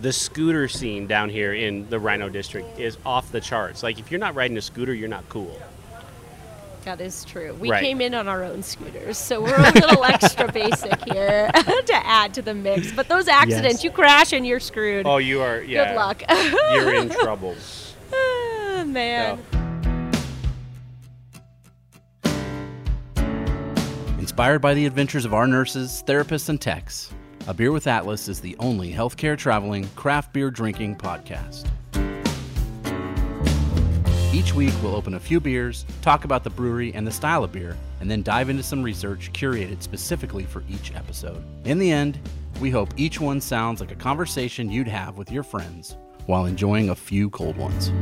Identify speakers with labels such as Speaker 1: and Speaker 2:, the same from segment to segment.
Speaker 1: the scooter scene down here in the Rhino District is off the charts. Like, if you're not riding a scooter, you're not cool.
Speaker 2: That is true. We
Speaker 1: Right.
Speaker 2: came in on our own scooters, so we're a little extra basic here to add to the mix. But those accidents, you crash and you're screwed.
Speaker 1: Oh, you are. Yeah.
Speaker 2: Good luck.
Speaker 1: you're in trouble.
Speaker 2: Ah, Man.
Speaker 3: Inspired by the adventures of our nurses, therapists, and techs, A Beer with Atlas is the only healthcare traveling, craft beer drinking podcast. Each week, we'll open a few beers, talk about the brewery and the style of beer, and then dive into some research curated specifically for each episode. In the end, we hope each one sounds like a conversation you'd have with your friends while enjoying a few cold ones.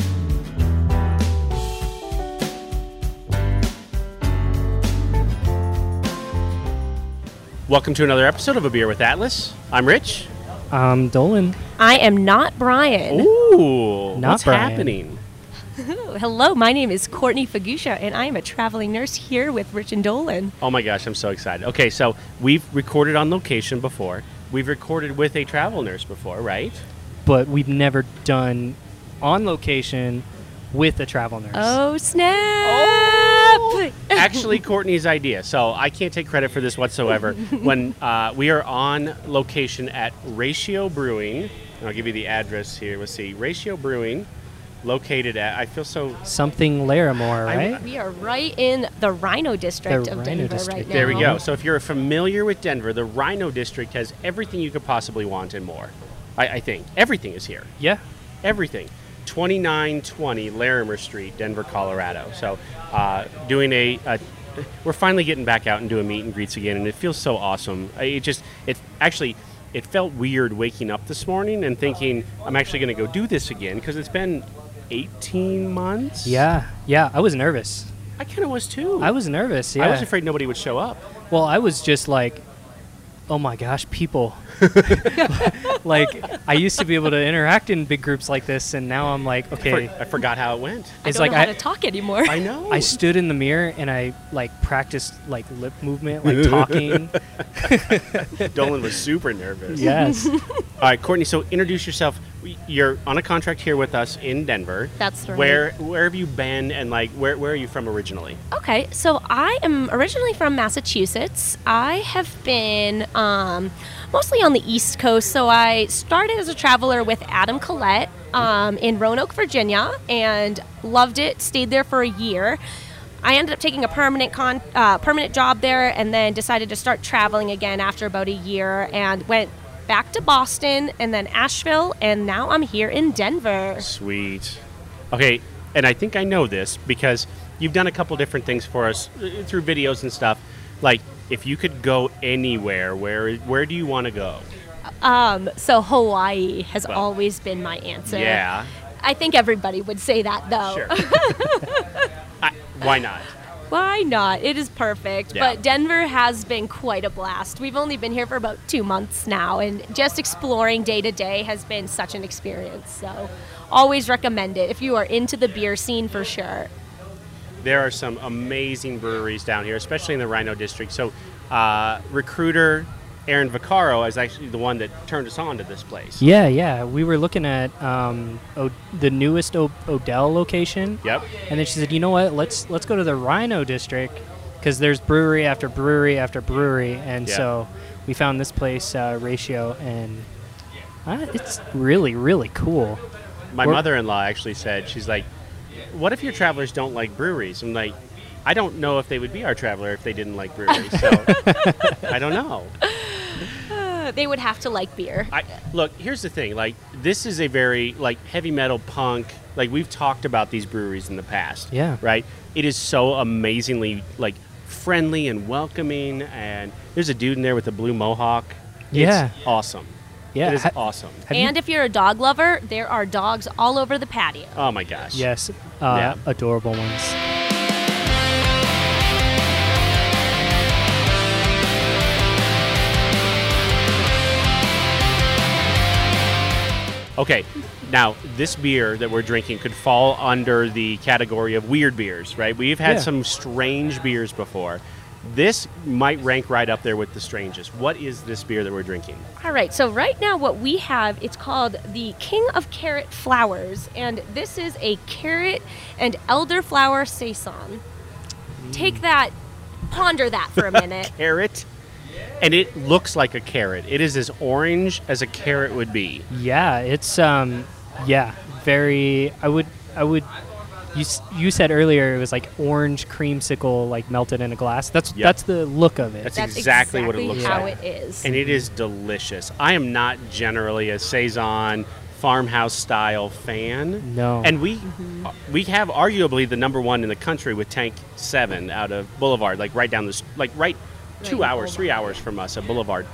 Speaker 1: Welcome to another episode of A Beer with Atlas. I'm Rich.
Speaker 4: Um, Dolan.
Speaker 2: I am not Brian.
Speaker 1: Ooh,
Speaker 4: Not
Speaker 1: what's
Speaker 4: Brian.
Speaker 1: happening?
Speaker 2: Ooh, Hello, my name is Courtney Fagusha, and I am a traveling nurse here with Rich and Dolan.
Speaker 1: Oh my gosh, I'm so excited. Okay, so we've recorded on location before. We've recorded with a travel nurse before, right?
Speaker 4: But we've never done on location with a travel nurse.
Speaker 2: Oh, snap!
Speaker 1: Oh. Actually, Courtney's idea. So I can't take credit for this whatsoever. when uh, we are on location at Ratio Brewing, and I'll give you the address here. Let's see, Ratio Brewing, located at. I feel so.
Speaker 4: Something Larimore,
Speaker 1: I-
Speaker 4: right?
Speaker 2: we are right in the Rhino District
Speaker 4: The
Speaker 2: of
Speaker 4: Rhino
Speaker 2: Denver right
Speaker 4: District.
Speaker 2: now.
Speaker 1: There we go. So if you're familiar with Denver, the Rhino District has everything you could possibly want and more. I, I think everything is here.
Speaker 4: yeah.
Speaker 1: everything. 2920 Larimer Street, Denver, Colorado. So, uh, doing a, a, we're finally getting back out and doing meet and greets again, and it feels so awesome. I- It just, it actually, it felt weird waking up this morning and thinking I'm actually going to go do this again because it's been 18 months.
Speaker 4: Yeah. Yeah. I was nervous.
Speaker 1: I kind of was too.
Speaker 4: I was nervous. Yeah.
Speaker 1: I was afraid nobody would show up.
Speaker 4: Well, I was just like, oh my gosh, people. like, I used to be able to interact in big groups like this, and now I'm like,
Speaker 1: I for-
Speaker 4: okay.
Speaker 1: I forgot how it went.
Speaker 2: I
Speaker 4: It's
Speaker 2: don't
Speaker 4: like
Speaker 2: know how
Speaker 4: I-
Speaker 2: to talk anymore.
Speaker 1: I know.
Speaker 4: I stood in the mirror and I like practiced like lip movement, like talking.
Speaker 1: Dolan was super nervous.
Speaker 4: yes.
Speaker 1: All right, Courtney. So introduce yourself. You're on a contract here with us in Denver.
Speaker 2: That's right.
Speaker 1: Where where have you been, and like where where are you from originally?
Speaker 2: Okay, so I am originally from Massachusetts. I have been um, mostly on the East Coast. So I started as a traveler with Adam Collette um, in Roanoke, Virginia, and loved it. Stayed there for a year. I ended up taking a permanent con- uh, permanent job there, and then decided to start traveling again after about a year, and went back to Boston, and then Asheville, and now I'm here in Denver.
Speaker 1: Sweet. Okay, and I think I know this because you've done a couple different things for us uh, through videos and stuff. Like if you could go anywhere, where where do you want to go?
Speaker 2: Um, so Hawaii has
Speaker 1: Well,
Speaker 2: always been my answer.
Speaker 1: yeah.
Speaker 2: I think everybody would say that though.
Speaker 1: Sure. I, why not?
Speaker 2: Why not? It is perfect.
Speaker 1: Yeah.
Speaker 2: But Denver has been quite a blast. We've only been here for about two months now, and just exploring day to day has been such an experience. So, always recommend it if you are into the beer scene for sure.
Speaker 1: there are some amazing breweries down here, especially in the Rhino District. So, uh, recruiter Aaron Vaccaro is actually the one that turned us on to this place.
Speaker 4: Yeah, yeah. We were looking at um, o- the newest o- Odell location.
Speaker 1: Yep.
Speaker 4: And then she said, "You know what? Let's let's go to the Rhino District because there's brewery after brewery after brewery." And
Speaker 1: Yeah.
Speaker 4: so we found this place, uh, Ratio, and uh, it's really really cool.
Speaker 1: My
Speaker 4: We're-
Speaker 1: mother in law actually said, she's like, what if your travelers don't like breweries? I'm like, I don't know if they would be our traveler if they didn't like breweries. So, I don't know.
Speaker 2: Uh, They would have to like beer.
Speaker 1: I look. Here's the thing. Like this is a very like heavy metal punk. Like we've talked about these breweries in the past.
Speaker 4: Yeah.
Speaker 1: Right. It is so amazingly like friendly and welcoming. And there's a dude in there with a blue mohawk. It's
Speaker 4: Yeah.
Speaker 1: Awesome.
Speaker 4: Yeah,
Speaker 1: It is
Speaker 4: ha-
Speaker 1: awesome.
Speaker 4: Have you-
Speaker 2: and if you're a dog lover, there are dogs all over the patio.
Speaker 1: Oh my gosh.
Speaker 4: yes, uh,
Speaker 1: Yeah.
Speaker 4: adorable ones.
Speaker 1: Okay. Now, this beer that we're drinking could fall under the category of weird beers, right? We've had
Speaker 4: Yeah.
Speaker 1: some strange beers before. This might rank right up there with the strangest. What is this beer that we're drinking?
Speaker 2: All right, so right now what we have, it's called the King of Carrot Flowers, and this is a carrot and elderflower saison. Take
Speaker 1: Mm.
Speaker 2: that, ponder that for a minute.
Speaker 1: Carrot. And it looks like a carrot. It is as orange as a carrot would be.
Speaker 4: Yeah, it's um, yeah, very. I would, I would. You s- you said earlier it was like orange creamsicle, like melted in a glass. That's
Speaker 1: Yep.
Speaker 4: that's the look of it.
Speaker 1: That's
Speaker 2: That's
Speaker 1: exactly what it looks
Speaker 2: how
Speaker 1: like.
Speaker 2: it is.
Speaker 1: And it is delicious. I am not generally a saison farmhouse style fan.
Speaker 4: No.
Speaker 1: And we we have arguably the number one in the country with Tank Seven out of Boulevard, like right down the s- like right two
Speaker 2: Right,
Speaker 1: hours, three
Speaker 2: Boulevard.
Speaker 1: hours from us at Boulevard,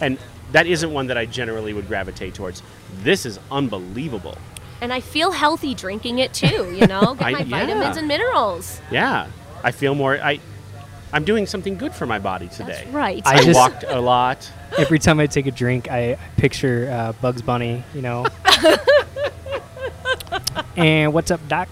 Speaker 1: and that isn't one that I generally would gravitate towards. This is unbelievable.
Speaker 2: And I feel healthy drinking it too, you know? Get
Speaker 1: I-
Speaker 2: my
Speaker 1: yeah.
Speaker 2: vitamins and minerals.
Speaker 1: Yeah, I feel more. I I'm doing something good for my body today.
Speaker 2: That's right.
Speaker 1: I,
Speaker 4: I just-
Speaker 1: walked a lot.
Speaker 4: Every time I take a drink, I picture uh, Bugs Bunny, you know. and what's up, Doc?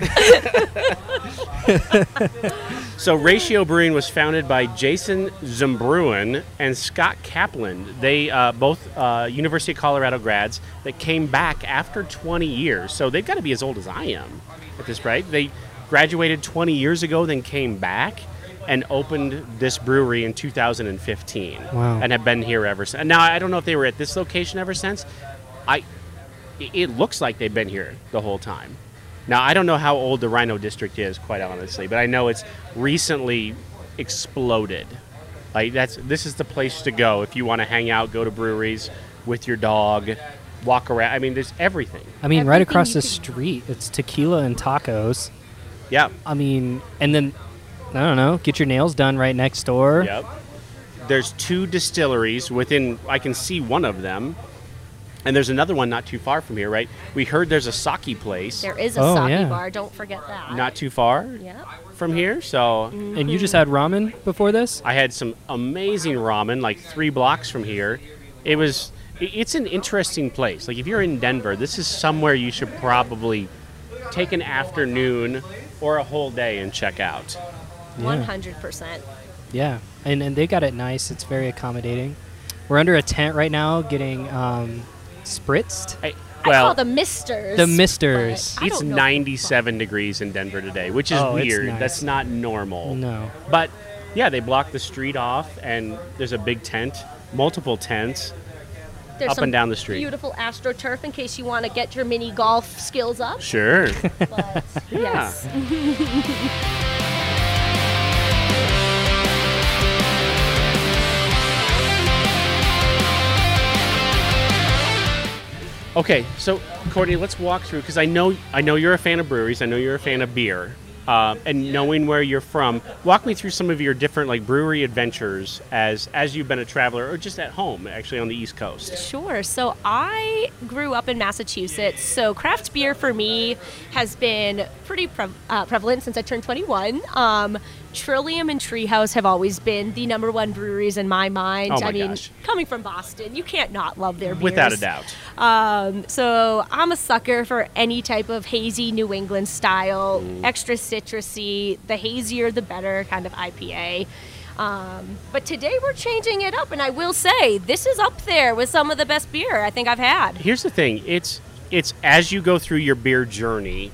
Speaker 1: So Ratio Brewing was founded by Jason Zumbruen and Scott Kaplan. They uh, both uh, University of Colorado grads that came back after 20 years. So they've got to be as old as I am at this right. They graduated 20 years ago, then came back and opened this brewery in 2015.
Speaker 4: Wow.
Speaker 1: And have been here ever since. Now I don't know if they were at this location ever since. I it- it looks like they've been here the whole time. Now I don't know how old the Rhino District is, quite honestly, but I know it's recently exploded. Like that's this is the place to go if you want to hang out, go to breweries with your dog, walk around. I mean, there's everything.
Speaker 4: I mean, right
Speaker 2: Everything
Speaker 4: across
Speaker 2: you
Speaker 4: the
Speaker 2: could-
Speaker 4: street, it's tequila and tacos.
Speaker 1: Yeah.
Speaker 4: I mean, and then I don't know, get your nails done right next door.
Speaker 1: Yep. There's two distilleries within. I can see one of them, and there's another one not too far from here. Right? We heard there's a sake place
Speaker 2: there is a
Speaker 4: Oh,
Speaker 2: sake
Speaker 4: yeah.
Speaker 2: bar, don't forget that.
Speaker 1: not too far
Speaker 2: Yeah.
Speaker 1: from here. So
Speaker 4: And you just
Speaker 2: Mm-hmm.
Speaker 4: had ramen before this?
Speaker 1: I had some amazing ramen, like three blocks from here. It was. i- It's an interesting place. Like if you're in Denver, this is somewhere you should probably take an afternoon or a whole day and check out.
Speaker 2: 100%.
Speaker 4: Yeah, and and they got it nice. It's very accommodating. We're under a tent right now, getting um, spritzed.
Speaker 1: I,
Speaker 2: I
Speaker 1: well,
Speaker 2: call the misters.
Speaker 4: The misters.
Speaker 2: but I
Speaker 1: it's
Speaker 2: don't know-
Speaker 1: 97 degrees in Denver today, which is
Speaker 4: Oh, it's
Speaker 1: weird.
Speaker 4: nice.
Speaker 1: That's not normal.
Speaker 4: No.
Speaker 1: But yeah, they block the street off, and there's a big tent, multiple tents.
Speaker 2: There's
Speaker 1: up and
Speaker 2: some
Speaker 1: down the street.
Speaker 2: Beautiful astroturf in case you want to get your mini golf skills up.
Speaker 1: Sure.
Speaker 2: But yes.
Speaker 1: Okay, so Courtney, let's walk through because I know I know you're a fan of breweries. I know you're a fan of beer, uh, and knowing where you're from, walk me through some of your different like brewery adventures as as you've been a traveler or just at home, actually on the East Coast.
Speaker 2: Sure. So I grew up in Massachusetts. So craft beer for me has been pretty prev uh, prevalent since I turned 21. Um, Trillium and Treehouse have always been the number one breweries in my mind.
Speaker 1: Oh my
Speaker 2: I mean,
Speaker 1: gosh.
Speaker 2: coming from Boston, you can't not love their beers.
Speaker 1: Without a doubt.
Speaker 2: Um, so I'm a sucker for any type of hazy New England style, extra citrusy. The hazier, the better kind of IPA. Um, but today we're changing it up, and I will say this is up there with some of the best beer I think I've had.
Speaker 1: Here's the thing: it's it's as you go through your beer journey,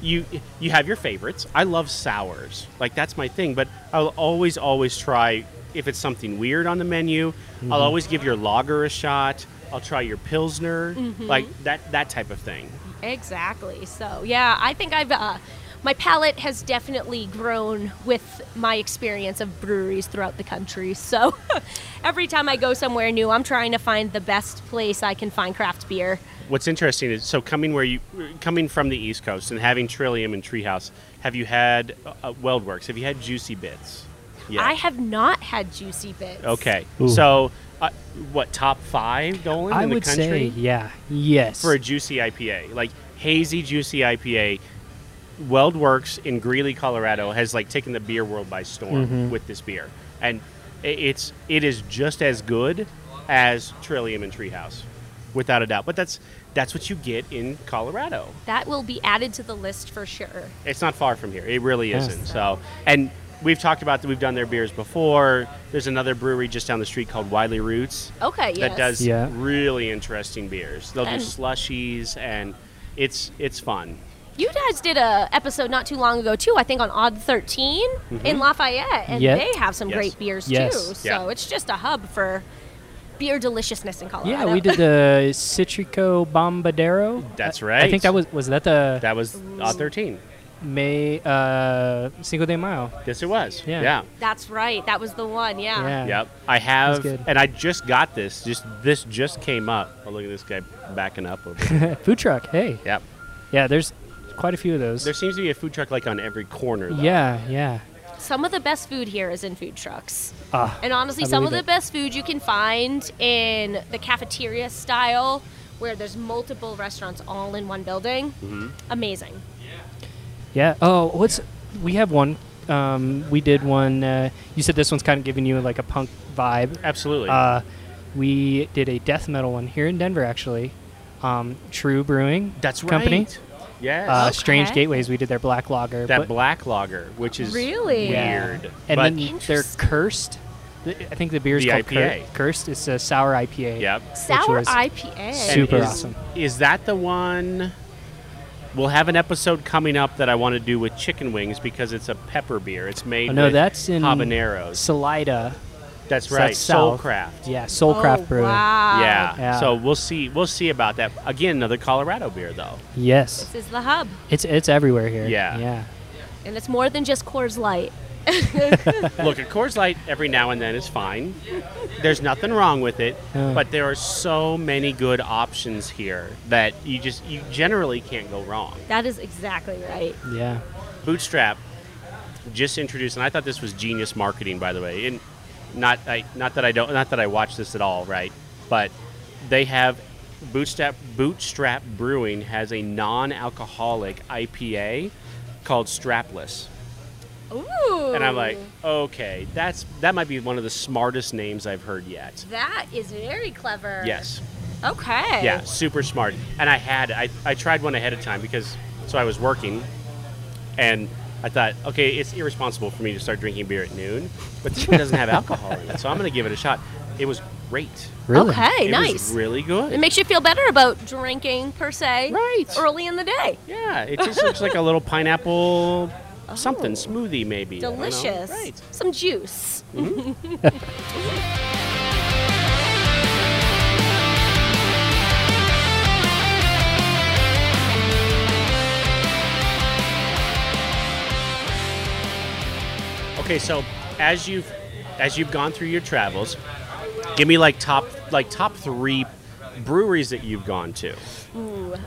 Speaker 1: you you have your favorites. I love sours, like that's my thing. But I'll always always try if it's something weird on the menu.
Speaker 4: Mm-hmm.
Speaker 1: I'll always give your lager a shot. I'll try your pilsner, like that that type of thing.
Speaker 2: Exactly. So yeah, I think I've uh, my palate has definitely grown with my experience of breweries throughout the country. So every time I go somewhere new, I'm trying to find the best place I can find craft beer.
Speaker 1: What's interesting is so coming where you coming from the East Coast and having Trillium and Treehouse. Have you had uh, Weldworks? Have you had Juicy Bits? Yeah.
Speaker 2: I have not had juicy bits.
Speaker 1: Okay.
Speaker 4: Ooh.
Speaker 1: So, uh, what top five going
Speaker 4: I
Speaker 1: in
Speaker 4: would
Speaker 1: the country?
Speaker 4: say, yeah, yes.
Speaker 1: for a juicy IPA, like hazy juicy IPA. Weld Works in Greeley, Colorado, has like taken the beer world by storm with this beer, and i- it's it is just as good as Trillium and Treehouse, without a doubt. But that's that's what you get in Colorado.
Speaker 2: That will be added to the list for sure.
Speaker 1: It's not far from here. It really
Speaker 4: Yes.
Speaker 1: isn't. So, and we've talked about that we've done their beers before. There's another brewery just down the street called Wiley Roots
Speaker 2: Okay, yes.
Speaker 1: that does
Speaker 4: Yeah.
Speaker 1: really interesting beers. They'll
Speaker 2: And-
Speaker 1: do slushies and it's it's fun.
Speaker 2: You guys did a episode not too long ago too, I think on Odd 13 in Lafayette, and
Speaker 4: Yeah.
Speaker 2: they have some
Speaker 1: Mm-hmm. Yes.
Speaker 2: great beers
Speaker 4: Yes.
Speaker 2: too. So
Speaker 1: Yeah.
Speaker 2: it's just a hub for beer deliciousness in Colorado.
Speaker 4: Yeah, we did the Citrico Bombadero.
Speaker 1: That's
Speaker 4: I- I
Speaker 1: right.
Speaker 4: think that was was that the
Speaker 1: That was odd thirteen.
Speaker 4: May uh, Cinco de Mayo.
Speaker 1: Yes, it was.
Speaker 4: Yeah.
Speaker 1: yeah.
Speaker 2: That's right. That was the one. Yeah.
Speaker 4: Yeah.
Speaker 1: Yep. I have,
Speaker 4: good.
Speaker 1: and I just got this. Just this just came up. Oh, look at this guy backing up over. Here.
Speaker 4: food truck. Hey,
Speaker 1: yep.
Speaker 4: yeah, there's quite a few of those.
Speaker 1: There seems to be a food truck like on every corner. Though.
Speaker 4: yeah, yeah.
Speaker 2: Some of the best food here is in food trucks.
Speaker 4: Ah,
Speaker 2: And honestly,
Speaker 4: I
Speaker 2: some of
Speaker 4: believe
Speaker 2: the
Speaker 4: it.
Speaker 2: best food you can find in the cafeteria style where there's multiple restaurants all in one building.
Speaker 1: Mm-hmm.
Speaker 2: Amazing.
Speaker 4: yeah. Oh, what's we have one. Um, we did one. Uh, you said this one's kind of giving you like a punk vibe.
Speaker 1: Absolutely.
Speaker 4: Uh, we did a death metal one here in Denver, actually. Um, True Brewing
Speaker 1: That's right.
Speaker 4: Company.
Speaker 1: Yes.
Speaker 4: Uh,
Speaker 2: Okay.
Speaker 4: Strange Gateways. We did their black lager.
Speaker 1: that
Speaker 4: but-
Speaker 1: black lager, which is
Speaker 2: Really?
Speaker 4: Yeah.
Speaker 1: weird.
Speaker 4: And
Speaker 1: but
Speaker 4: then they're
Speaker 2: Interesting.
Speaker 4: cursed. The- I think the beer is
Speaker 1: The
Speaker 4: called Cur-
Speaker 1: IPA.
Speaker 4: Cursed. It's a sour IPA.
Speaker 1: yep.
Speaker 2: Sour
Speaker 4: was
Speaker 2: IPA.
Speaker 1: And
Speaker 4: super
Speaker 1: is,
Speaker 4: awesome.
Speaker 1: Is that the one? We'll have an episode coming up that I want to do with chicken wings because it's a pepper beer. It's made
Speaker 4: Oh, no,
Speaker 1: with
Speaker 4: that's in
Speaker 1: habaneros.
Speaker 4: Salida.
Speaker 1: That's
Speaker 4: so
Speaker 1: right.
Speaker 4: that's south.
Speaker 1: Soulcraft.
Speaker 4: Yeah,
Speaker 2: Oh,
Speaker 4: Soulcraft Brewing.
Speaker 2: Wow.
Speaker 1: Yeah.
Speaker 4: Yeah.
Speaker 1: So we'll see. We'll see about that. Again, another Colorado beer though.
Speaker 4: Yes,
Speaker 2: This is the hub.
Speaker 4: it's it's everywhere here.
Speaker 1: Yeah.
Speaker 4: yeah.
Speaker 2: And it's more than just Coors Light.
Speaker 1: Look, a Coors Light every now and then is fine. There's nothing wrong with it,
Speaker 4: Yeah.
Speaker 1: but there are so many good options here that you just you generally can't go wrong.
Speaker 2: That is exactly right.
Speaker 4: Yeah.
Speaker 1: Bootstrap just introduced, and I thought this was genius marketing, by the way. And not I, not that I don't not that I watch this at all, right? But they have Bootstrap Bootstrap Brewing has a non-alcoholic IPA called Strapless.
Speaker 2: Ooh.
Speaker 1: And I'm like, okay, that's that might be one of the smartest names I've heard yet.
Speaker 2: that is very clever.
Speaker 1: Yes.
Speaker 2: Okay.
Speaker 1: Yeah, super smart. And I had I, I tried one ahead of time because so I was working and I thought, okay, it's irresponsible for me to start drinking beer at noon, but this one doesn't have alcohol in it, so I'm gonna give it a shot. It was great.
Speaker 4: Really?
Speaker 2: Okay.
Speaker 1: it
Speaker 2: nice.
Speaker 1: was really good.
Speaker 2: it makes you feel better about drinking per se.
Speaker 1: Right.
Speaker 2: Early in the day.
Speaker 1: yeah, it just looks like a little pineapple something smoothie maybe. I don't know.
Speaker 2: Oh. Delicious.
Speaker 1: Right.
Speaker 2: Some juice.
Speaker 1: Okay, so as you've as you've gone through your travels, give me like top like top three breweries that you've gone to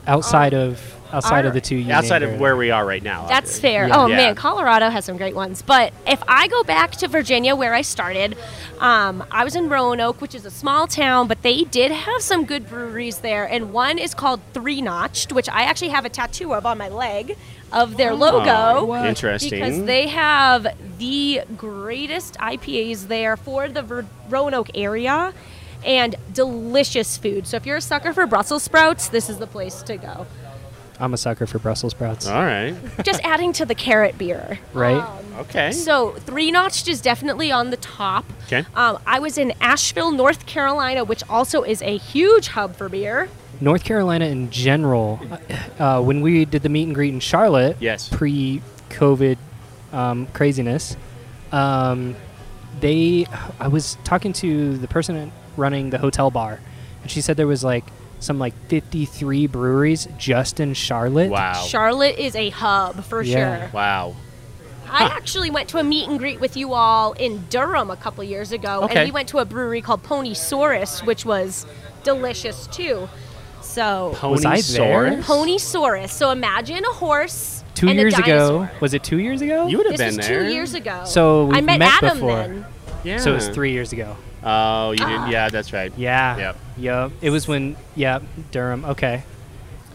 Speaker 4: Outside
Speaker 2: Oh.
Speaker 4: of outside
Speaker 2: our-
Speaker 4: of the two. You
Speaker 1: outside
Speaker 4: named
Speaker 1: of
Speaker 4: earlier.
Speaker 1: where we are right now.
Speaker 2: That's
Speaker 1: obviously.
Speaker 2: fair.
Speaker 4: Yeah.
Speaker 2: Oh
Speaker 1: Yeah.
Speaker 2: man, Colorado has some great ones. But if I go back to Virginia, where I started, um, I was in Roanoke, which is a small town, but they did have some good breweries there. And one is called Three Notched, which I actually have a tattoo of on my leg of their logo.
Speaker 1: what? Interesting.
Speaker 2: Because they have the greatest IPAs there for the Ver- Roanoke area. And delicious food. So if you're a sucker for Brussels sprouts, this is the place to go.
Speaker 4: I'm a sucker for Brussels sprouts.
Speaker 1: All right.
Speaker 2: Just adding to the carrot beer.
Speaker 4: Right.
Speaker 1: Okay.
Speaker 2: So three notched is definitely on the top.
Speaker 1: 'Kay.
Speaker 2: Um, I was in Asheville, North Carolina, which also is a huge hub for beer.
Speaker 4: North Carolina in general. Uh, when we did the meet and greet in Charlotte.
Speaker 1: Yes.
Speaker 4: Pre-COVID um, craziness. Um, they. I was talking to the person running the hotel bar, and she said there was like some like 53 breweries just in Charlotte.
Speaker 1: wow.
Speaker 2: Charlotte is a hub for
Speaker 4: Yeah.
Speaker 2: sure.
Speaker 1: Wow.
Speaker 2: I actually went to a meet and greet with you all in Durham a couple years ago,
Speaker 1: Okay.
Speaker 2: and we went to a brewery called Pony Saurus, which was delicious too. So
Speaker 4: Was I there?
Speaker 1: Saurus?
Speaker 2: Pony Saurus. So imagine a horse.
Speaker 4: Two
Speaker 2: and
Speaker 4: years
Speaker 2: a dinosaur.
Speaker 4: ago. Was it two years ago?
Speaker 1: You would have
Speaker 2: This
Speaker 1: been
Speaker 2: was
Speaker 1: there.
Speaker 2: two years ago.
Speaker 4: So
Speaker 2: I
Speaker 4: we've
Speaker 2: met,
Speaker 4: met
Speaker 2: Adam
Speaker 4: before.
Speaker 2: then.
Speaker 1: Yeah.
Speaker 4: So it was three years ago.
Speaker 1: Oh, you
Speaker 2: Ah.
Speaker 1: didn't. Yeah, that's right.
Speaker 4: Yeah.
Speaker 1: Yep.
Speaker 4: Yep. It was when. Yep. Durham. Okay.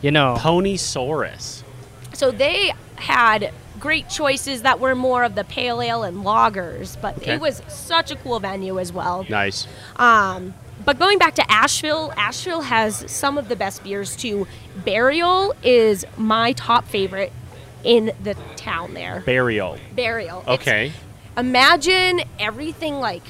Speaker 4: You know.
Speaker 1: Pony Saurus.
Speaker 2: So they had great choices that were more of the pale ale and lagers, but
Speaker 1: Okay.
Speaker 2: it was such a cool venue as well.
Speaker 1: Nice.
Speaker 2: Um, but going back to Asheville, Asheville has some of the best beers too. Burial is my top favorite in the town there.
Speaker 1: Burial.
Speaker 2: Burial. It's-
Speaker 1: Okay.
Speaker 2: imagine everything like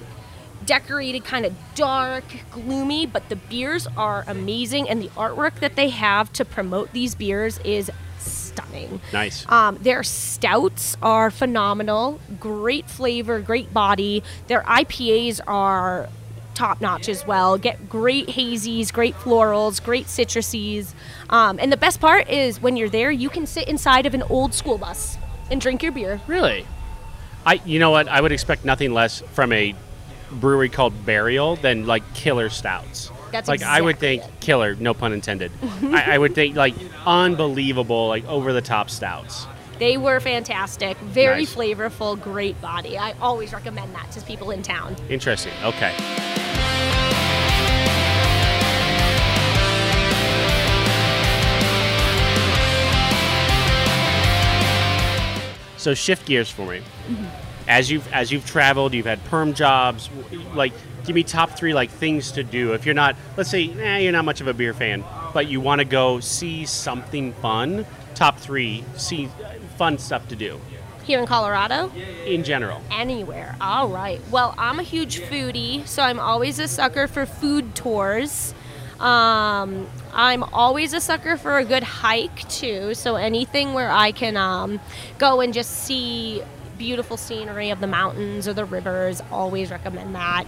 Speaker 2: decorated, kind of dark, gloomy, but the beers are amazing, and the artwork that they have to promote these beers is stunning.
Speaker 1: Nice.
Speaker 2: Um, their stouts are phenomenal, great flavor, great body. Their IPAs are top notch as well. Get great hazies, great florals, great citruses. Um, and the best part is when you're there, you can sit inside of an old school bus and drink your beer.
Speaker 1: Really? I you know what? I would expect nothing less from a brewery called Burial than like killer stouts.
Speaker 2: That's
Speaker 1: like I would
Speaker 2: exactly
Speaker 1: think killer, no pun intended. I, I would think like unbelievable, like over the top stouts.
Speaker 2: They were fantastic, very
Speaker 1: Nice.
Speaker 2: flavorful, great body. I always recommend that to people in town.
Speaker 1: Interesting. Okay. So shift gears for me.
Speaker 4: Mm-hmm.
Speaker 1: As you've as you've traveled, you've had perm jobs. w- Like, give me top three like things to do if you're not. Let's say, eh, you're not much of a beer fan, but you want to go see something fun. Top three, see fun stuff to do
Speaker 2: Here in Colorado,
Speaker 1: in general.
Speaker 2: anywhere. All right. Well, I'm a huge foodie, so I'm always a sucker for food tours. Um, I'm always a sucker for a good hike too. So anything where I can um, go and just see beautiful scenery of the mountains or the rivers, always recommend that.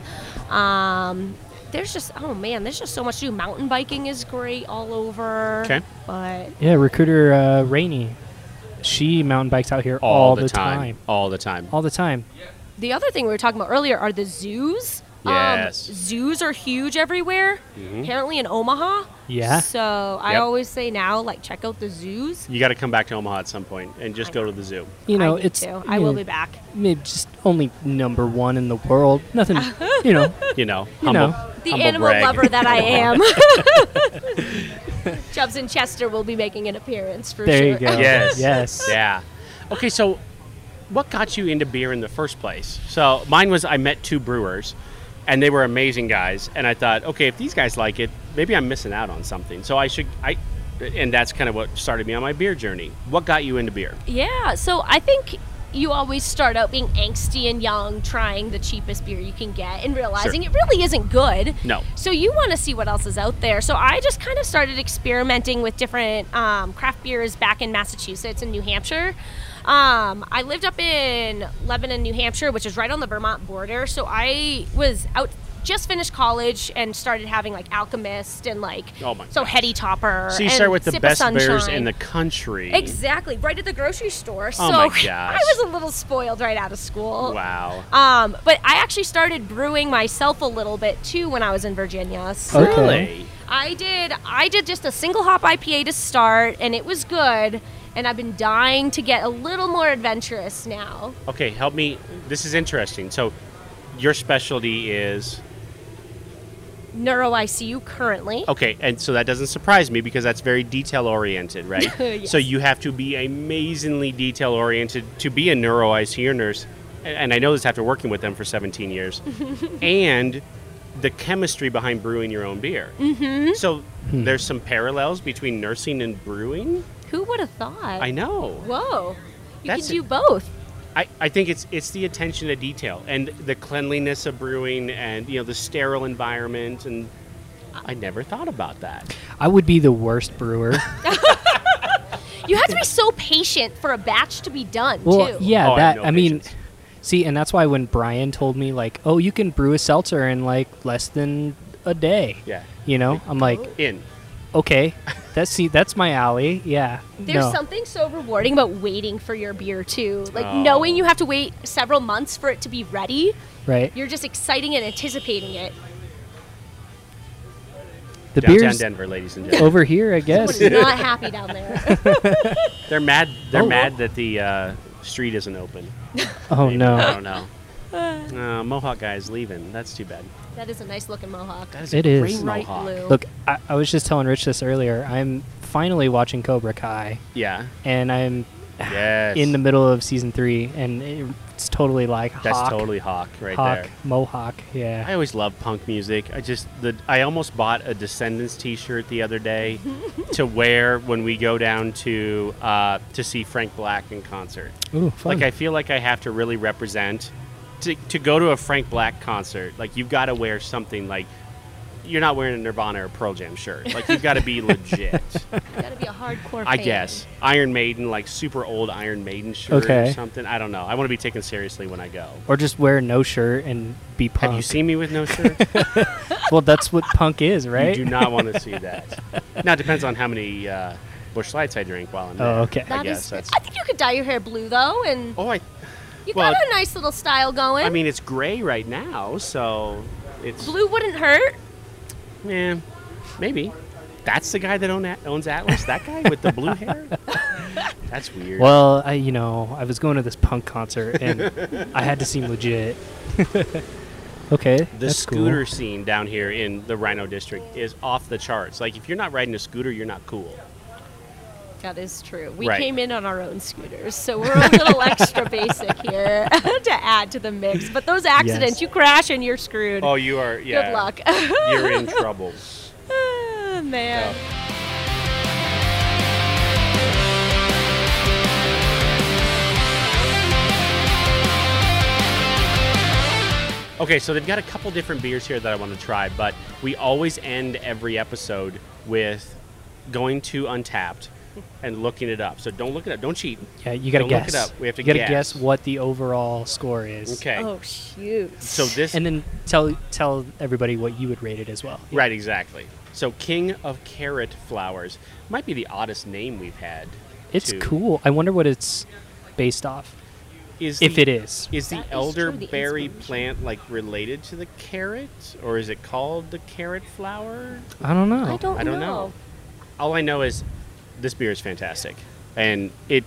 Speaker 2: Um, there's just oh man, there's just so much to do. Mountain biking is great all over.
Speaker 1: Okay.
Speaker 2: But
Speaker 4: Yeah, recruiter uh, Rainey, she mountain bikes out here all, the, time.
Speaker 1: All the time.
Speaker 4: all the time.
Speaker 2: the other thing we were talking about earlier are the zoos. Um,
Speaker 1: Yes. Mm-hmm.
Speaker 2: zoos are huge everywhere. Apparently in Omaha.
Speaker 4: Yeah.
Speaker 2: So I
Speaker 1: Yep.
Speaker 2: always say now, like, check out the zoos.
Speaker 1: You got to come back to Omaha at some point and just go to the zoo.
Speaker 4: You know,
Speaker 2: I need
Speaker 4: it's
Speaker 2: to.
Speaker 4: you
Speaker 2: I will
Speaker 4: know,
Speaker 2: be back.
Speaker 4: maybe just only number one in the world. Nothing, you know.
Speaker 1: You know,
Speaker 4: You
Speaker 1: humble,
Speaker 4: know.
Speaker 2: The
Speaker 1: humble
Speaker 2: animal
Speaker 1: brag.
Speaker 2: lover that I am. Chubbs and Chester will be making an appearance for
Speaker 4: There
Speaker 2: sure.
Speaker 4: you go.
Speaker 1: Yes.
Speaker 4: Yes.
Speaker 1: yeah. Okay, so what got you into beer in the first place? So mine was I met two brewers, and they were amazing guys, and I thought, okay, if these guys like it, maybe I'm missing out on something. So I should I, and that's kind of what started me on my beer journey. What got you into beer?
Speaker 2: Yeah, so I think you always start out being angsty and young, trying the cheapest beer you can get and realizing it really isn't good.
Speaker 1: No.
Speaker 2: So you want to see what else is out there. So I just kind of started experimenting with different um, craft beers back in Massachusetts and New Hampshire. Um, I lived up in Lebanon, New Hampshire, which is right on the Vermont border. So I was out. Just finished college and started having like Alchemist and like
Speaker 1: Oh my
Speaker 2: so Hetty Topper.
Speaker 1: So you
Speaker 2: and
Speaker 1: start with the
Speaker 2: Sip of
Speaker 1: best beers
Speaker 2: Sunshine.
Speaker 1: in the country.
Speaker 2: Exactly, right at the grocery store. so
Speaker 1: Oh my gosh.
Speaker 2: I was a little spoiled right out of school.
Speaker 1: Wow.
Speaker 2: Um, but I actually started brewing myself a little bit too when I was in Virginia. So
Speaker 4: Okay.
Speaker 1: Really?
Speaker 2: I did I did just a single hop IPA to start and it was good and I've been dying to get a little more adventurous now.
Speaker 1: Okay, help me. This is interesting. So your specialty is
Speaker 2: Neuro ICU currently.
Speaker 1: Okay, and so that doesn't surprise me because that's very detail oriented, right?
Speaker 2: Yes.
Speaker 1: So you have to be amazingly detail oriented to be a neuro ICU nurse. a- And I know this after working with them for 17 years. and the chemistry behind brewing your own beer. Mm-hmm. So there's some parallels between nursing and brewing.
Speaker 2: Who would have thought?
Speaker 1: I know.
Speaker 2: Whoa. You
Speaker 1: That's-
Speaker 2: can do both.
Speaker 1: I, I think it's it's the attention to detail and the cleanliness of brewing and you know the sterile environment and I never thought about that.
Speaker 4: I would be the worst brewer.
Speaker 2: You have to be so patient for a batch to be done
Speaker 4: Well,
Speaker 2: too.
Speaker 4: yeah,
Speaker 1: Oh, I have
Speaker 4: that
Speaker 1: no
Speaker 4: I, mean,
Speaker 1: patience.
Speaker 4: see, and that's why when Brian told me like, "Oh, you can brew a seltzer in like less than a day,"
Speaker 1: Yeah.
Speaker 4: you know, I'm like,
Speaker 1: In.
Speaker 4: okay, that's see, that's my alley. Yeah,
Speaker 2: There's
Speaker 4: no.
Speaker 2: something so rewarding about waiting for your beer too. Like
Speaker 1: Oh.
Speaker 2: knowing you have to wait several months for it to be ready.
Speaker 4: right.
Speaker 2: You're just exciting and anticipating it.
Speaker 4: The
Speaker 1: Downtown
Speaker 4: beers
Speaker 1: Denver, ladies and gentlemen.
Speaker 4: over here, I
Speaker 2: Was
Speaker 4: guess.
Speaker 2: not happy down there.
Speaker 1: They're mad. They're
Speaker 4: Oh.
Speaker 1: mad that the uh, street isn't open.
Speaker 4: oh
Speaker 1: Maybe, I
Speaker 4: no,
Speaker 1: don't know. Uh, Mohawk guy's leaving. That's too bad.
Speaker 2: that is a nice looking mohawk.
Speaker 1: That is
Speaker 4: It
Speaker 1: a
Speaker 4: is.
Speaker 1: great
Speaker 2: Bright
Speaker 1: Mohawk.
Speaker 2: blue.
Speaker 4: look, I, I was just telling Rich this earlier. I'm finally watching Cobra Kai,
Speaker 1: Yeah.
Speaker 4: and I'm
Speaker 1: Yes.
Speaker 4: in the middle of season three, and it, it's totally like
Speaker 1: That's
Speaker 4: Hawk,
Speaker 1: totally Hawk right
Speaker 4: Hawk,
Speaker 1: there.
Speaker 4: Mohawk.
Speaker 1: I
Speaker 4: Yeah,
Speaker 1: always love punk music. I just the I almost bought a Descendants T-shirt the other day to wear when we go down to uh, to see Frank Black in concert.
Speaker 4: ooh, fun.
Speaker 1: Like I feel like I have to really represent to, to go to a Frank Black concert, like you've got to wear something like you're not wearing a Nirvana or Pearl Jam shirt. Like you've got to be legit.
Speaker 2: You gotta be a hardcore.
Speaker 1: I
Speaker 2: fan.
Speaker 1: guess Iron Maiden, like super old Iron Maiden shirt
Speaker 4: Okay.
Speaker 1: or something. I don't know. I want to be taken seriously when I go.
Speaker 4: or just wear no shirt and be punk.
Speaker 1: Have you seen me with no shirt?
Speaker 4: Well, that's what punk is, right?
Speaker 1: You do not want to see that. now it depends on how many uh, bush lights I drink while I'm
Speaker 4: Oh,
Speaker 1: there.
Speaker 4: okay.
Speaker 1: I
Speaker 2: That
Speaker 1: guess
Speaker 2: is-
Speaker 1: that's.
Speaker 2: I think you could dye your hair blue though, and
Speaker 1: Oh, I.
Speaker 2: you
Speaker 1: well,
Speaker 2: got a nice little style going.
Speaker 1: I mean, it's gray right now, so it's.
Speaker 2: blue wouldn't hurt.
Speaker 1: Yeah, maybe. That's the guy that own, owns Atlas. That guy with the blue hair. That's weird.
Speaker 4: Well, I you know I was going to this punk concert and I had to seem legit. okay,
Speaker 1: the
Speaker 4: that's cool.
Speaker 1: scooter scene down here in the Rhino District is off the charts. Like, if you're not riding a scooter, you're not cool.
Speaker 2: That is true. We
Speaker 1: Right.
Speaker 2: came in on our own scooters, so we're a little extra basic here to add to the mix. But those accidents,
Speaker 4: Yes.
Speaker 2: you crash and you're screwed.
Speaker 1: Oh, you are. Yeah.
Speaker 2: Good luck.
Speaker 1: you're in trouble.
Speaker 2: Ah, Man.
Speaker 1: Okay, so they've got a couple different beers here that I want to try, but we always end every episode with going to Untapped and looking it up. So don't look it up. Don't cheat.
Speaker 4: Yeah, you gotta
Speaker 1: Don't look it
Speaker 4: guess.
Speaker 1: up. We have to
Speaker 4: you gotta
Speaker 1: guess.
Speaker 4: guess. what the overall score is.
Speaker 1: Okay.
Speaker 2: Oh shoot.
Speaker 1: So this
Speaker 4: And then tell tell everybody what you would rate it as well.
Speaker 1: right exactly. So King of Carrot Flowers might be the oddest name we've had.
Speaker 4: It's
Speaker 1: too.
Speaker 4: cool. I wonder what it's based off.
Speaker 1: Is
Speaker 4: If
Speaker 1: the-
Speaker 4: it is.
Speaker 1: Is the
Speaker 2: That is true, the
Speaker 1: elderberry
Speaker 2: inspiration.
Speaker 1: plant like related to the carrot, or is it called the carrot flower?
Speaker 4: I don't know.
Speaker 2: I don't,
Speaker 1: I don't know. All I know is this beer is fantastic, and it,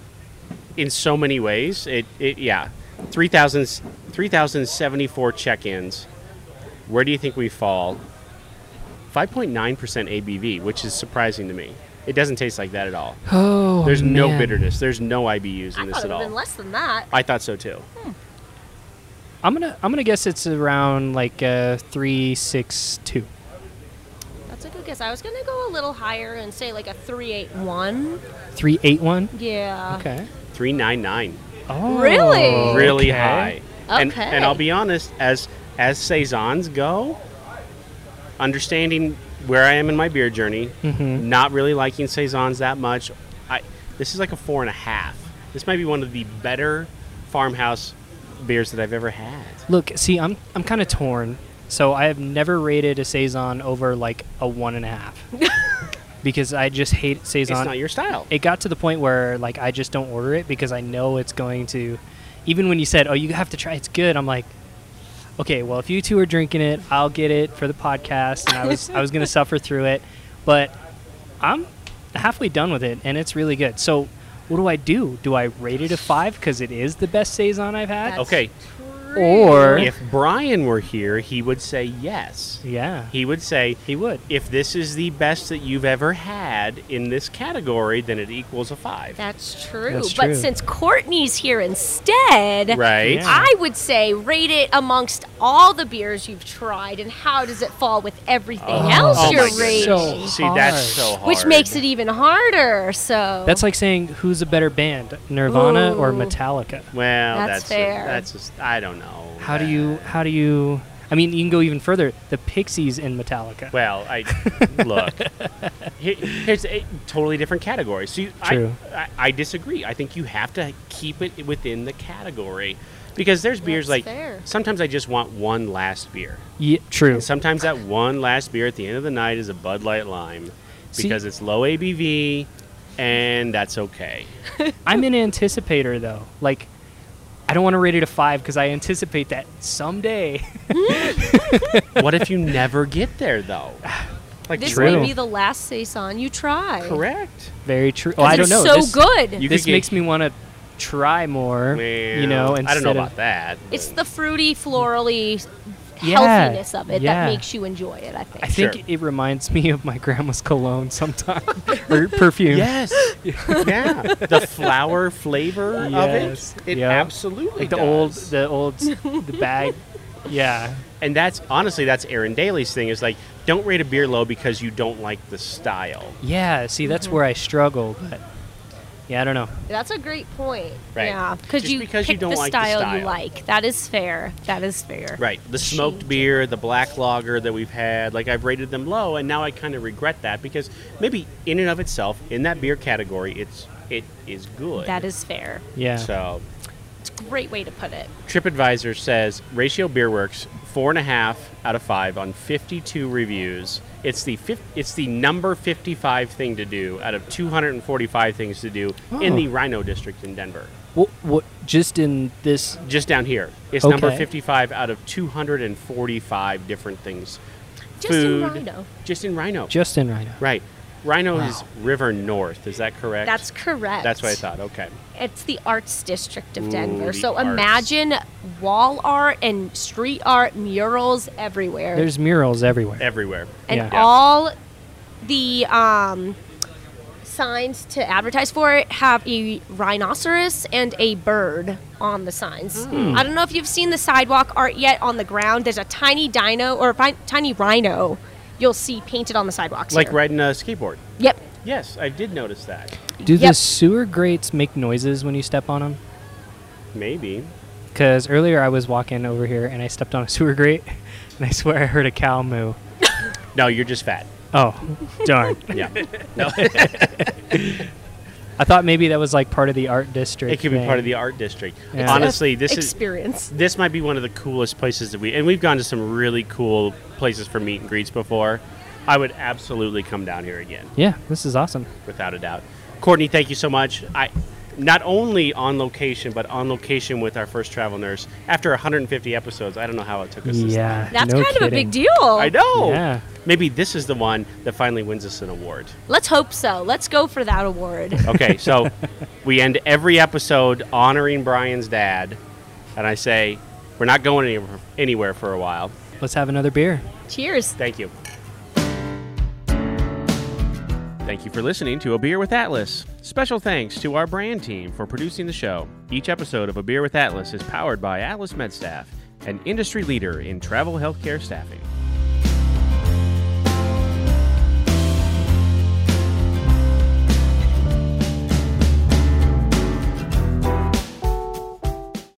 Speaker 1: in so many ways, it, it yeah, 3,000 3,074 check-ins. Where do you think we fall? Five point nine percent ABV, which is surprising to me. It doesn't taste like that at all.
Speaker 4: Oh,
Speaker 1: There's no
Speaker 4: man.
Speaker 1: bitterness. There's no IBUs in
Speaker 2: I
Speaker 1: this
Speaker 2: thought it
Speaker 1: at
Speaker 2: would have
Speaker 1: all.
Speaker 2: been less than that.
Speaker 1: I thought so too.
Speaker 4: I'm gonna I'm gonna guess it's around like uh, three six two.
Speaker 2: That's a good guess. I was gonna go a little higher and say like a three eight one.
Speaker 4: Three eight one.
Speaker 2: Yeah.
Speaker 4: Okay.
Speaker 1: Three nine nine.
Speaker 4: Oh,
Speaker 2: Really?
Speaker 1: really
Speaker 4: okay.
Speaker 1: high. And,
Speaker 2: Okay.
Speaker 1: and I'll be honest, as as saisons go, understanding where I am in my beer journey,
Speaker 4: Mm-hmm.
Speaker 1: not really liking saisons that much. I this is like a four and a half. This might be one of the better farmhouse beers that I've ever had.
Speaker 4: Look, see, I'm I'm kind of torn. So I have never rated a saison over like a one and a half because I just hate
Speaker 1: It's
Speaker 4: saison.
Speaker 1: not your style.
Speaker 4: it got to the point where like I just don't order it because I know it's going to. Even when you said, "Oh, you have to try, it's good," I'm like, "Okay, well, if you two are drinking it, I'll get it for the podcast." And I was I was going to suffer through it, but I'm halfway done with it, and it's really good. So, what do I do? Do I rate it a five because it is the best saison I've had?
Speaker 2: That's
Speaker 1: okay.
Speaker 2: true.
Speaker 4: Or-
Speaker 1: If Brian were here, he would say yes.
Speaker 4: Yeah, he,
Speaker 1: He would say
Speaker 4: would.
Speaker 1: if this is the best that you've ever had in this category, then it equals a five.
Speaker 2: That's true.
Speaker 4: That's
Speaker 2: but
Speaker 4: true.
Speaker 2: since Courtney's here instead,
Speaker 1: right?
Speaker 4: Yeah.
Speaker 2: I would say rate it amongst all the beers you've tried and how does it fall with everything else
Speaker 1: Oh
Speaker 2: you're
Speaker 1: my goodness.
Speaker 2: rating?
Speaker 4: So
Speaker 1: See, that's
Speaker 4: hard.
Speaker 1: so hard.
Speaker 2: which makes it even harder. So
Speaker 4: That's like saying who's a better band, Nirvana or
Speaker 2: Ooh.
Speaker 4: Metallica?
Speaker 1: Well, that's,
Speaker 2: That's
Speaker 1: a-
Speaker 2: fair.
Speaker 1: that's just I don't know.
Speaker 4: How do you? How do you? I mean, you can go even further. The Pixies in Metallica.
Speaker 1: Well, I look. Here- Here's a totally different category. So you, I-
Speaker 4: True.
Speaker 1: I, I, disagree. I think you have to keep it within the category because there's beers
Speaker 2: That's
Speaker 1: like
Speaker 2: fair.
Speaker 1: sometimes I just want one last beer.
Speaker 4: yeah, true.
Speaker 1: And sometimes that one last beer at the end of the night is a Bud Light Lime
Speaker 4: See-
Speaker 1: because it's low ABV and that's okay.
Speaker 4: I'm an anticipator though. Like, I don't want to rate it a five because I anticipate that someday.
Speaker 1: what if you never get there though? Like
Speaker 2: this
Speaker 4: True.
Speaker 2: may be the last saison you try.
Speaker 1: correct.
Speaker 4: Very true. Oh,
Speaker 2: 'Cause
Speaker 4: I don't
Speaker 2: it's
Speaker 4: know.
Speaker 2: So
Speaker 4: this,
Speaker 2: good.
Speaker 1: You
Speaker 4: This
Speaker 1: could get-
Speaker 4: makes me want to try more. you
Speaker 1: Well,
Speaker 4: know,
Speaker 1: I don't know
Speaker 4: instead
Speaker 1: about
Speaker 4: of-
Speaker 1: that.
Speaker 2: it's
Speaker 1: but-
Speaker 2: the fruity, florally
Speaker 4: Yeah,
Speaker 2: healthiness of it
Speaker 4: yeah.
Speaker 2: that makes you enjoy it. I think.
Speaker 4: I think
Speaker 1: Sure.
Speaker 4: it reminds me of my grandma's cologne sometimes or perfume.
Speaker 1: Yes. yeah. The flower flavor
Speaker 4: Yes.
Speaker 1: of it. It
Speaker 4: Yeah.
Speaker 1: absolutely
Speaker 4: like the old,
Speaker 1: does.
Speaker 4: the old, s- the bag. Yeah,
Speaker 1: and that's honestly that's Aaron Daly's thing is like don't rate a beer low because you don't like the style.
Speaker 4: yeah. See, that's where I struggle, but Yeah, I don't know.
Speaker 2: That's a great point.
Speaker 1: Right.
Speaker 2: Yeah, because
Speaker 1: Just
Speaker 2: you
Speaker 1: because you
Speaker 2: pick
Speaker 1: don't
Speaker 2: the,
Speaker 1: like the
Speaker 2: style
Speaker 1: style.
Speaker 2: you like. That is fair. That is fair.
Speaker 1: Right. The smoked beer, the black lager that we've had, like I've rated them low, and now I kind of regret that because maybe in and of itself, in that beer category, it's it is good.
Speaker 2: That is fair.
Speaker 4: Yeah.
Speaker 1: So
Speaker 2: It's a great way to put it.
Speaker 1: TripAdvisor says Ratio Beerworks four and a half out of five on 52 reviews. It's the fif- it's the number 55 thing to do out of 245 things to do in
Speaker 4: Oh.
Speaker 1: the Rhino District in Denver.
Speaker 4: What, what, just in this.
Speaker 1: Just down here, it's number
Speaker 4: Okay.
Speaker 1: 55 out of 245 different things.
Speaker 2: Just
Speaker 1: Food,
Speaker 2: in Rhino.
Speaker 1: Just in Rhino.
Speaker 4: Just in Rhino.
Speaker 1: right. Rhino
Speaker 4: Wow.
Speaker 1: is River North. Is that correct?
Speaker 2: That's correct.
Speaker 1: That's what I thought. Okay.
Speaker 2: It's the arts district of
Speaker 1: Ooh,
Speaker 2: Denver.
Speaker 1: the
Speaker 2: So
Speaker 1: arts.
Speaker 2: imagine wall art and street art, murals everywhere.
Speaker 4: There's murals everywhere.
Speaker 1: Everywhere.
Speaker 2: and
Speaker 4: Yeah.
Speaker 2: all the um, signs to advertise for it have a rhinoceros and a bird on the signs.
Speaker 1: Hmm.
Speaker 2: I don't know if you've seen the sidewalk art yet on the ground. There's a tiny dino or a pi- tiny rhino you'll see painted on the sidewalks.
Speaker 1: Like
Speaker 2: here.
Speaker 1: riding a skateboard.
Speaker 2: Yep.
Speaker 1: Yes, I did notice that.
Speaker 4: Do the
Speaker 2: Yep.
Speaker 4: sewer grates make noises when you step on them?
Speaker 1: Maybe.
Speaker 4: Because earlier I was walking over here and I stepped on a sewer grate, and I swear I heard a cow moo.
Speaker 1: No, you're just fat.
Speaker 4: Oh, darn!
Speaker 1: Yeah.
Speaker 4: I thought maybe that was like part of the art district.
Speaker 1: It could be
Speaker 4: thing.
Speaker 1: part of the art district.
Speaker 4: Yeah.
Speaker 1: Honestly, this is
Speaker 2: experience.
Speaker 1: this might be one of the coolest places that we and we've gone to some really cool places for meet and greets before. I would absolutely come down here again,
Speaker 4: Yeah, this is awesome.
Speaker 1: without a doubt. Courtney, thank you so much. I not only on location, but on location with our first travel nurse. After 150 episodes, I don't know how it took us. This long.
Speaker 4: Yeah,
Speaker 2: That's
Speaker 4: no
Speaker 2: kind of a
Speaker 4: kidding.
Speaker 2: big deal.
Speaker 1: I know.
Speaker 4: Yeah.
Speaker 1: Maybe this is the one that finally wins us an award.
Speaker 2: Let's hope so. Let's go for that award.
Speaker 1: Okay, so we end every episode honoring Brian's dad, and I say, we're not going any- anywhere for a while.
Speaker 4: Let's have another beer.
Speaker 2: Cheers.
Speaker 1: Thank you. Thank you for listening to A Beer with Atlas. Special thanks to our brand team for producing the show. Each episode of A Beer with Atlas is powered by Atlas MedStaff, an industry leader in travel healthcare staffing.